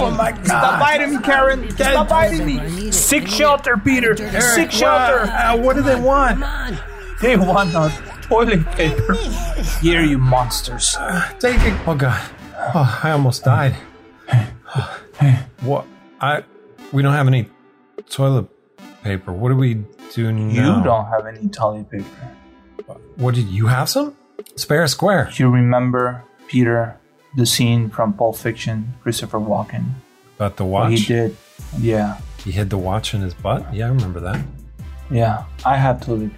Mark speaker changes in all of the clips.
Speaker 1: Oh my god.
Speaker 2: Stop biting, Karen. Stop biting me.
Speaker 1: Sick shelter, Peter. Sick
Speaker 2: Wow.
Speaker 1: shelter.
Speaker 2: Uh, what do they want?
Speaker 1: They want our toilet paper. Here, you monsters.
Speaker 2: Take it. Oh god. Oh, I almost died. What? I. We don't have any toilet paper. What do we do now?
Speaker 1: You don't have any toilet paper.
Speaker 2: What did you have some? Spare a square.
Speaker 1: Do you remember, Peter, the scene from Pulp Fiction, Christopher Walken?
Speaker 2: About the
Speaker 1: What
Speaker 2: watch.
Speaker 1: he did. Yeah,
Speaker 2: He hid the watch in his butt. Yeah, I remember that.
Speaker 1: yeah. I have toilet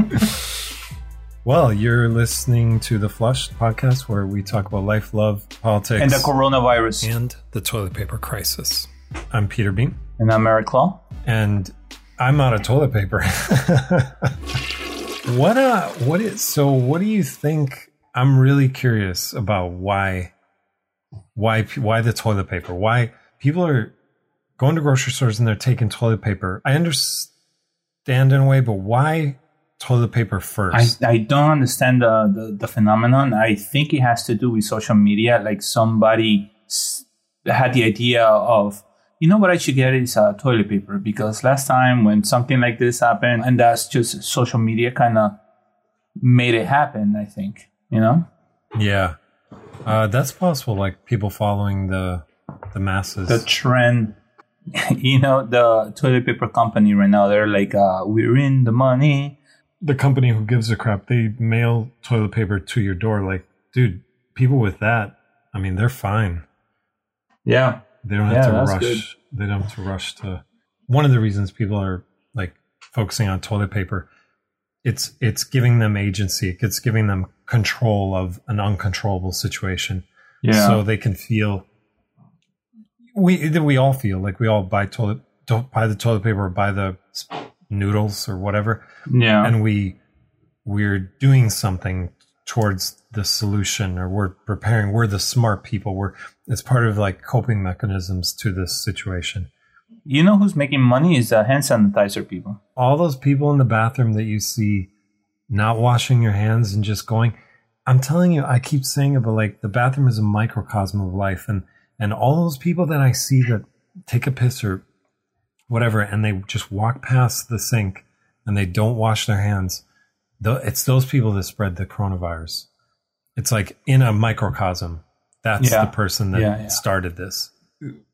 Speaker 1: paper.
Speaker 2: Well, you're listening to the Flush podcast, where we talk about life, love, politics,
Speaker 1: And the coronavirus.
Speaker 2: and the toilet paper crisis. I'm Peter Beam,
Speaker 1: And I'm Eric Law.
Speaker 2: and I'm out of toilet paper. what uh what is so what do you think I'm really curious about why why pe- why the toilet paper? Why people are going to grocery stores and they're taking toilet paper. I understand in a way, but why toilet paper
Speaker 1: I,
Speaker 2: first?
Speaker 1: I don't understand the, the, the phenomenon. I think it has to do with social media. Like somebody s- had the idea of, you know what I should get is uh, toilet paper because last time when something like this happened, and that's just social media kind of made it happen, I think, you know?
Speaker 2: yeah. Uh, that's possible, like people following the the masses.
Speaker 1: the trend you know the toilet paper company right now they're like uh we're in the money
Speaker 2: the company who gives a crap, they mail toilet paper to your door. Like, dude, people with that, I mean, they're fine.
Speaker 1: yeah
Speaker 2: They don't
Speaker 1: Yeah,
Speaker 2: have to
Speaker 1: that's
Speaker 2: rush.
Speaker 1: good.
Speaker 2: They don't have to rush to. One of the reasons people are like focusing on toilet paper, it's it's giving them agency. It's giving them control of an uncontrollable situation,
Speaker 1: yeah
Speaker 2: so they can feel. We we all feel like we all buy toilet don't buy the toilet paper or buy the noodles or whatever
Speaker 1: yeah
Speaker 2: and we we're doing something towards the solution or we're preparing we're the smart people we're it's part of like coping mechanisms to this situation
Speaker 1: you know who's making money is the hand sanitizer people
Speaker 2: all those people in the bathroom that you see not washing your hands and just going i'm telling you i keep saying it but like the bathroom is a microcosm of life and and all those people that i see that take a piss or whatever and they just walk past the sink and they don't wash their hands tho- it's those people that spread the coronavirus it's like in a microcosm that's
Speaker 1: Yeah.
Speaker 2: the person that
Speaker 1: Yeah, yeah.
Speaker 2: started this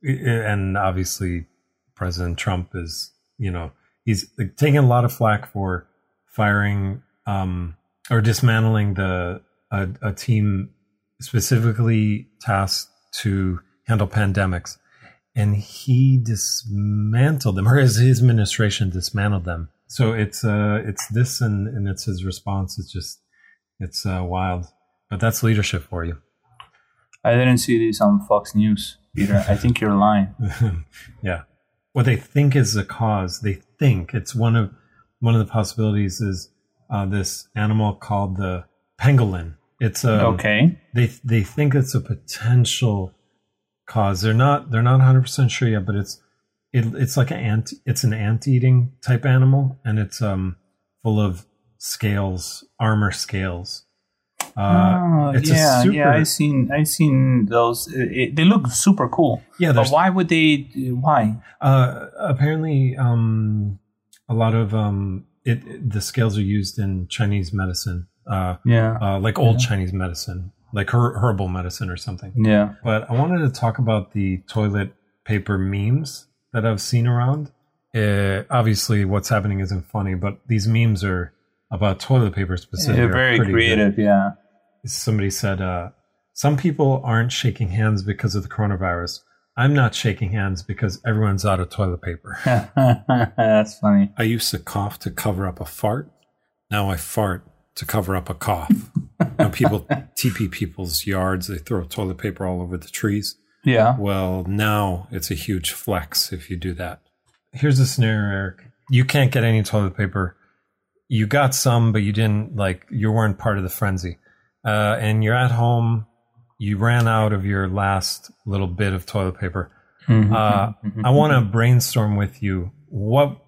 Speaker 2: and obviously President Trump is, you know, he's taking a lot of flack for firing um, or dismantling the a, a team specifically tasked to handle pandemics, and he dismantled them, or his, his administration dismantled them. So it's uh, it's this, and and it's his response. It's just it's uh, wild, but that's leadership for you.
Speaker 1: i didn't see this on fox news peter i think you're lying
Speaker 2: yeah. What they think is the cause. They think it's one of one of the possibilities is uh, this animal called the pangolin. It's a
Speaker 1: okay
Speaker 2: they they think it's a potential cause. They're not they're not 100 percent sure yet, but it's it, it's like an ant it's an ant eating type animal, and it's um full of scales, armor scales. Uh,
Speaker 1: Oh,
Speaker 2: it's
Speaker 1: yeah
Speaker 2: a super,
Speaker 1: yeah i seen i seen those it, it, they look super cool
Speaker 2: yeah.
Speaker 1: but
Speaker 2: There's
Speaker 1: why would they why
Speaker 2: Uh, apparently, um, a lot of um, it, it- the scales are used in Chinese medicine, uh,
Speaker 1: yeah
Speaker 2: uh, like old Chinese medicine, like her- herbal medicine or something.
Speaker 1: yeah
Speaker 2: But I wanted to talk about the toilet paper memes that I've seen around. Uh, obviously, what's happening isn't funny, but these memes are about toilet paper specifically.
Speaker 1: they're
Speaker 2: are
Speaker 1: very
Speaker 2: pretty good
Speaker 1: creative yeah
Speaker 2: somebody said uh, some people aren't shaking hands because of the coronavirus i'm not shaking hands because everyone's out of toilet paper
Speaker 1: that's funny
Speaker 2: i used to cough to cover up a fart now i fart to cover up a cough now people tp people's yards they throw toilet paper all over the trees
Speaker 1: yeah
Speaker 2: well now it's a huge flex if you do that here's the scenario eric you can't get any toilet paper you got some but you didn't like you weren't part of the frenzy uh, and you're at home you ran out of your last little bit of toilet paper
Speaker 1: Mm-hmm.
Speaker 2: uh, i want to brainstorm with you what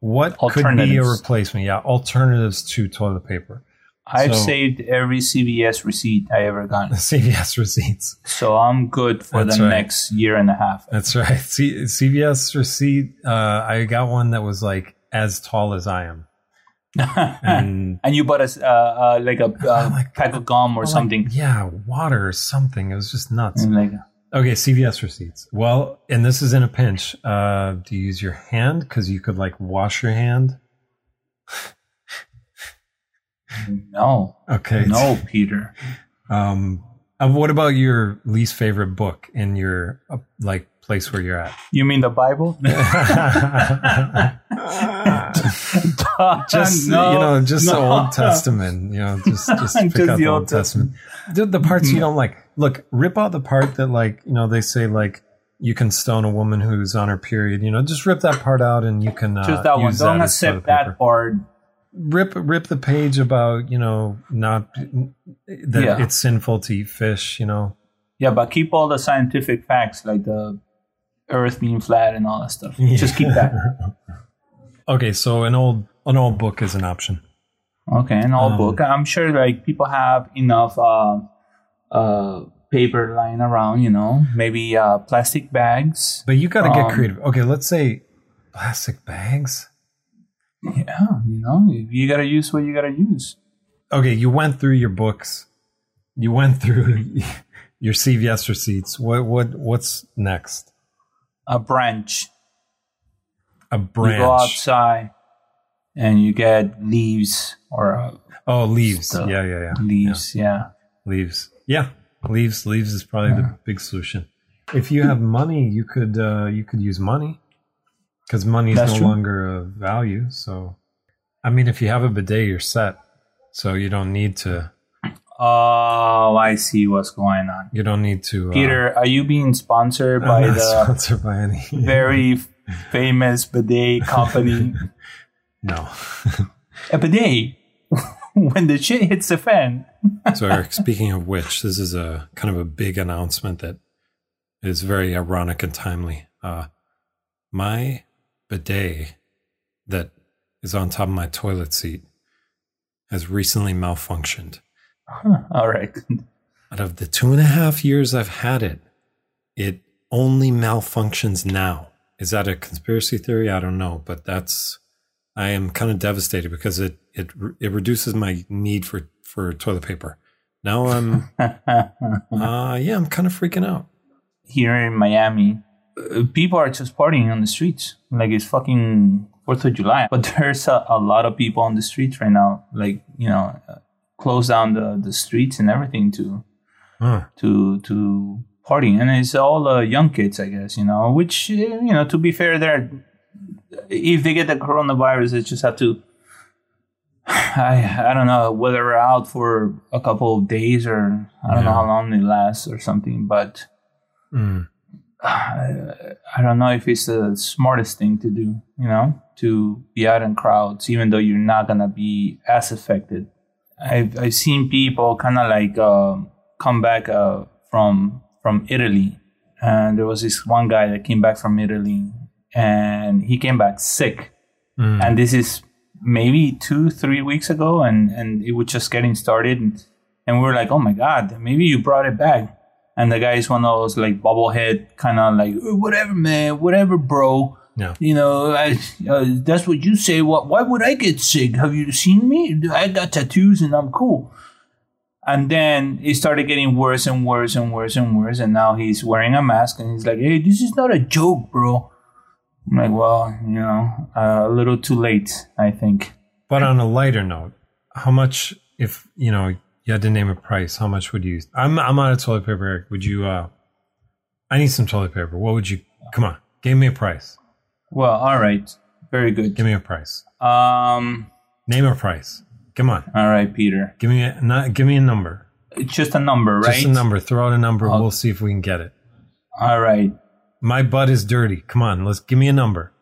Speaker 2: what could be a
Speaker 1: Alternatives.
Speaker 2: replacement yeah alternatives to toilet paper
Speaker 1: I've
Speaker 2: So-
Speaker 1: saved every CVS receipt I ever got,
Speaker 2: CVS receipts.
Speaker 1: so I'm good for
Speaker 2: That's
Speaker 1: the
Speaker 2: right.
Speaker 1: next year and a half.
Speaker 2: That's right. C- CVS receipt. Uh, I got one that was like as tall as I am, and Oh
Speaker 1: and you bought us uh, uh, like a uh,
Speaker 2: my God.
Speaker 1: pack of gum or
Speaker 2: like,
Speaker 1: something.
Speaker 2: yeah, water or something. It was just nuts.
Speaker 1: And like,
Speaker 2: Okay, CVS receipts. Well, and this is in a pinch. Uh, do you use your hand because you could like wash your hand?
Speaker 1: no,
Speaker 2: Okay.
Speaker 1: no, Peter.
Speaker 2: Um, uh, what about your least favorite book in your uh, like place where you're at?
Speaker 1: You mean the Bible?
Speaker 2: just you know, just the
Speaker 1: no.
Speaker 2: Old Testament. You know, just just pick
Speaker 1: Just
Speaker 2: out
Speaker 1: the
Speaker 2: the Old
Speaker 1: Old Hmm.
Speaker 2: Testament. The, the parts you don't like. Look, rip out the part that like you know they say like you can stone a woman who's on her period. You know, just rip that part out and you can uh,
Speaker 1: Just that one.
Speaker 2: use
Speaker 1: Don't
Speaker 2: as toilet
Speaker 1: accept that
Speaker 2: paper.
Speaker 1: part.
Speaker 2: Rip rip the page about you know not that
Speaker 1: Yeah.
Speaker 2: it's sinful to eat fish. You know,
Speaker 1: Yeah, but keep all the scientific facts like the earth being flat and all that stuff. Just keep that.
Speaker 2: Okay, so an old an old book is an option.
Speaker 1: Okay, an old
Speaker 2: Um,
Speaker 1: book. I'm sure like people have enough uh, uh, paper lying around, you know, maybe uh, plastic bags.
Speaker 2: But you got to get
Speaker 1: Um,
Speaker 2: creative. Okay, let's say plastic bags.
Speaker 1: Yeah, you know, you, you gotta use what you gotta use.
Speaker 2: Okay, you went through your books. You went through your CVS receipts. What what what's next?
Speaker 1: A branch.
Speaker 2: A
Speaker 1: You go
Speaker 2: branch.
Speaker 1: outside and you get leaves or uh,
Speaker 2: Oh, leaves.
Speaker 1: Stuff.
Speaker 2: Yeah, yeah, yeah.
Speaker 1: leaves. Yeah.
Speaker 2: Yeah, leaves. Yeah. Leaves leaves is probably the big solution. If you have money, you could uh you could use money cuz money is
Speaker 1: That's
Speaker 2: no
Speaker 1: true.
Speaker 2: longer a value, so I mean if you have a bidet, you're set. So you don't need to
Speaker 1: Oh, I see what's going on.
Speaker 2: You don't need to. uh,
Speaker 1: Peter, are you being sponsored
Speaker 2: I'm
Speaker 1: by
Speaker 2: not
Speaker 1: the
Speaker 2: sponsored by any.
Speaker 1: very famous bidet company?
Speaker 2: no.
Speaker 1: A bidet. when the shit hits the fan.
Speaker 2: so, Eric, speaking of which, this is a kind of a big announcement that is very ironic and timely. Uh, my bidet that is on top of my toilet seat has recently malfunctioned.
Speaker 1: All right.
Speaker 2: Out of the two and a half years I've had it, it only malfunctions now. Is that a conspiracy theory? I don't know, but that's I am kind of devastated because it it it reduces my need for for toilet paper. Now I'm uh yeah, I'm kind of freaking out.
Speaker 1: Here in Miami, uh, people are just partying on the streets. Like it's fucking 4th of July. But there's a, a lot of people on the streets right now. Like, you know, uh, close down the, the streets and everything to
Speaker 2: Huh.
Speaker 1: to to party and it's all uh, young kids i guess you know which uh, you know to be fair they're if they get the coronavirus they just have to i i don't know whether we're out for a couple of days or i don't know
Speaker 2: Yeah.
Speaker 1: how long it lasts or something but
Speaker 2: Mm.
Speaker 1: uh, i don't know if it's the smartest thing to do you know to be out in crowds even though you're not gonna be as affected I've I've seen people kind of like um come back uh, from from Italy, and there was this one guy that came back from Italy, and he came back sick,
Speaker 2: Mm.
Speaker 1: and this is maybe two three weeks ago, and and it was just getting started, and, and we were like, oh my god, maybe you brought it back, and the guy is one of those like bobblehead kind of like "Oh, whatever man, whatever bro.
Speaker 2: Yeah.
Speaker 1: You know, I, uh, that's what you say. What? Why would I get sick? Have you seen me? I got tattoos and I'm cool. And then it started getting worse and worse and worse and worse. And now he's wearing a mask and he's like, "Hey, this is not a joke, bro." I'm like, "Well, you know, uh, a little too late, I think."
Speaker 2: But on a lighter note, how much if you know you had to name a price, how much would you use? I'm I'm out of toilet paper, Eric. Would you uh I need some toilet paper. What would you come on, give me a price.
Speaker 1: Well, all right, very good.
Speaker 2: Give me a price.
Speaker 1: Um,
Speaker 2: Name a price. Come on.
Speaker 1: all right, Peter,
Speaker 2: Give me a not, give me a number.
Speaker 1: it's just a number, right?
Speaker 2: Just a number. Throw out a number.
Speaker 1: I'll-
Speaker 2: we'll see if we can get it.
Speaker 1: All right,
Speaker 2: My butt is dirty. Come on. Let's give me a number.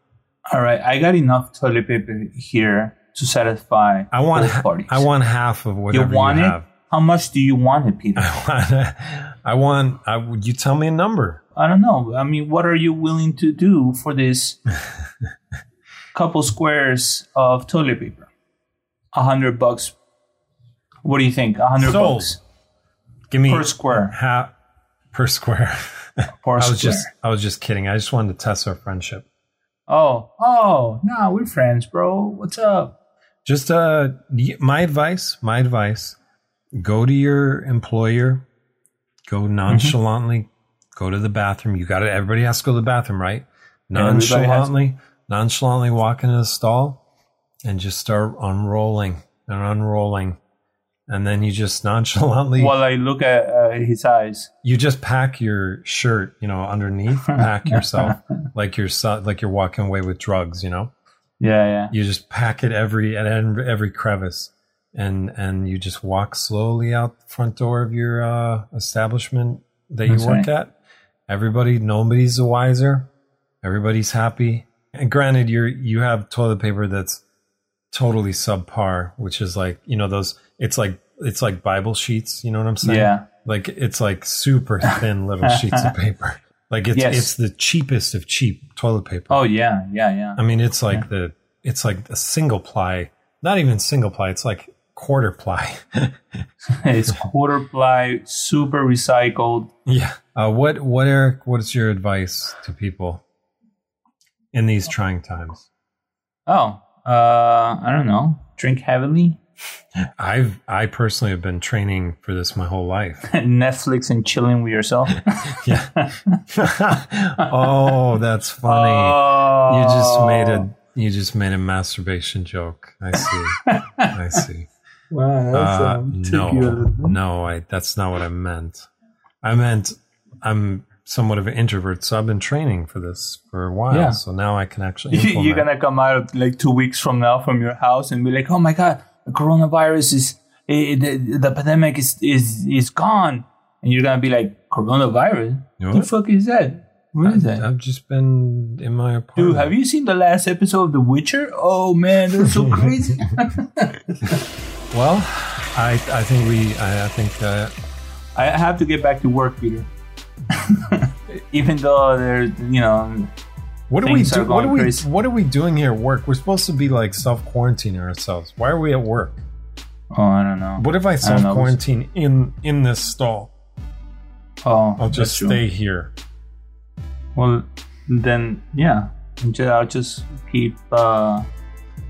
Speaker 1: all right. I got enough toilet paper here to satisfy
Speaker 2: I want
Speaker 1: both parties.
Speaker 2: I want half of
Speaker 1: you
Speaker 2: whatever you,
Speaker 1: want it.
Speaker 2: have.
Speaker 1: How much do you want it, Peter?
Speaker 2: I want I want I would you tell me a number?
Speaker 1: I don't know. I mean, what are you willing to do for this couple squares of toilet paper? A hundred bucks What do you think? A hundred
Speaker 2: Sold.
Speaker 1: bucks
Speaker 2: Give me
Speaker 1: per square.
Speaker 2: half per square.
Speaker 1: Per
Speaker 2: I
Speaker 1: square.
Speaker 2: was just I was just kidding. I just wanted to test our friendship.
Speaker 1: oh, oh, nah, we're friends, bro. What's up?
Speaker 2: Just uh y- my advice, my advice, go to your employer, go
Speaker 1: Mm-hmm.
Speaker 2: nonchalantly, go to the bathroom. You got to everybody has to go to the bathroom, right?
Speaker 1: Everybody has-
Speaker 2: Nonchalantly, nonchalantly walk into the stall and just start unrolling and unrolling. And then you just nonchalantly
Speaker 1: While I look at uh, his eyes.
Speaker 2: you just pack your shirt, you know, underneath, pack yourself like you're so, like you're walking away with drugs, you know.
Speaker 1: Yeah, yeah.
Speaker 2: You just pack it every at en- every crevice, and and you just walk slowly out the front door of your uh, establishment that you
Speaker 1: That's
Speaker 2: work
Speaker 1: right.
Speaker 2: at. Everybody, nobody's the wiser. Everybody's happy. And granted, you're you have toilet paper that's totally subpar, which is like you know those. It's like it's like Bible sheets. You know what I'm saying?
Speaker 1: Yeah.
Speaker 2: Like it's like super thin little sheets of paper. Like it's
Speaker 1: Yes.
Speaker 2: it's the cheapest of cheap toilet paper.
Speaker 1: Oh, yeah, yeah, yeah.
Speaker 2: I mean it's like the it's like a single ply, not even single ply, it's like quarter ply.
Speaker 1: it's quarter ply, super recycled.
Speaker 2: yeah. Uh, what what Eric, what's your advice to people in these trying times?
Speaker 1: Oh, uh, I don't know. Drink heavily.
Speaker 2: I've I personally have been training for this my whole life.
Speaker 1: Netflix and chilling with yourself.
Speaker 2: Yeah. oh, that's funny.
Speaker 1: Oh.
Speaker 2: You just made a you just made a masturbation joke. I see. I see.
Speaker 1: Wow,
Speaker 2: Uh, no, no, I, that's not what I meant. I meant I'm somewhat of an introvert, so I've been training for this for a while.
Speaker 1: Yeah.
Speaker 2: So now I can actually.
Speaker 1: You,
Speaker 2: Implement.
Speaker 1: you're gonna come out like two weeks from now from your house and be like, "Oh my god, the coronavirus is eh, the, the pandemic is is is gone," and you're gonna be like, "Coronavirus?
Speaker 2: You know
Speaker 1: What the
Speaker 2: what?
Speaker 1: fuck is that? What is that?"
Speaker 2: I've just been in my apartment.
Speaker 1: Dude, have you seen the last episode of The Witcher? Oh man, that's so crazy.
Speaker 2: Well, I I think we I, I think uh,
Speaker 1: I have to get back to work, Peter. Even though there's, you know,
Speaker 2: what are we
Speaker 1: Things are
Speaker 2: do, what
Speaker 1: going
Speaker 2: are we
Speaker 1: crazy.
Speaker 2: what are we doing here at work? We're supposed to be like self quarantining ourselves. Why are we at work?
Speaker 1: oh, I don't know.
Speaker 2: What if I
Speaker 1: don't know.
Speaker 2: self quarantine in in this stall?
Speaker 1: Oh,
Speaker 2: I'll
Speaker 1: that's
Speaker 2: just
Speaker 1: true.
Speaker 2: stay here.
Speaker 1: Well, then yeah, I'm ju- I'll just keep uh,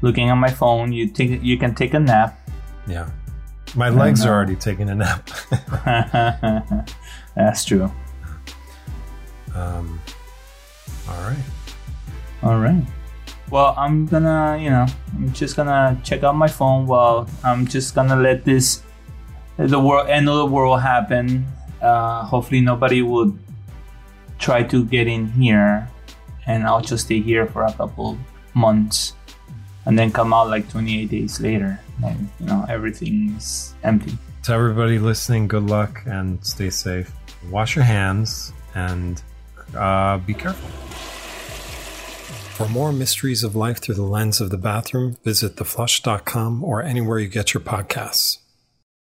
Speaker 1: looking at my phone. You take you can take a nap.
Speaker 2: Yeah. My legs
Speaker 1: know.
Speaker 2: are already taking a nap.
Speaker 1: That's true.
Speaker 2: um, all right.
Speaker 1: All right. Well, I'm gonna you know I'm just gonna check out my phone. While I'm just gonna let this the world end of the world happen. Uh, hopefully nobody would try to get in here, and I'll just stay here for a couple months, and then come out like 28 days later, and you know everything is empty.
Speaker 2: To everybody listening, good luck and stay safe. Wash your hands and uh, be careful. For more mysteries of life through the lens of the bathroom, visit theflush.com or anywhere you get your podcasts.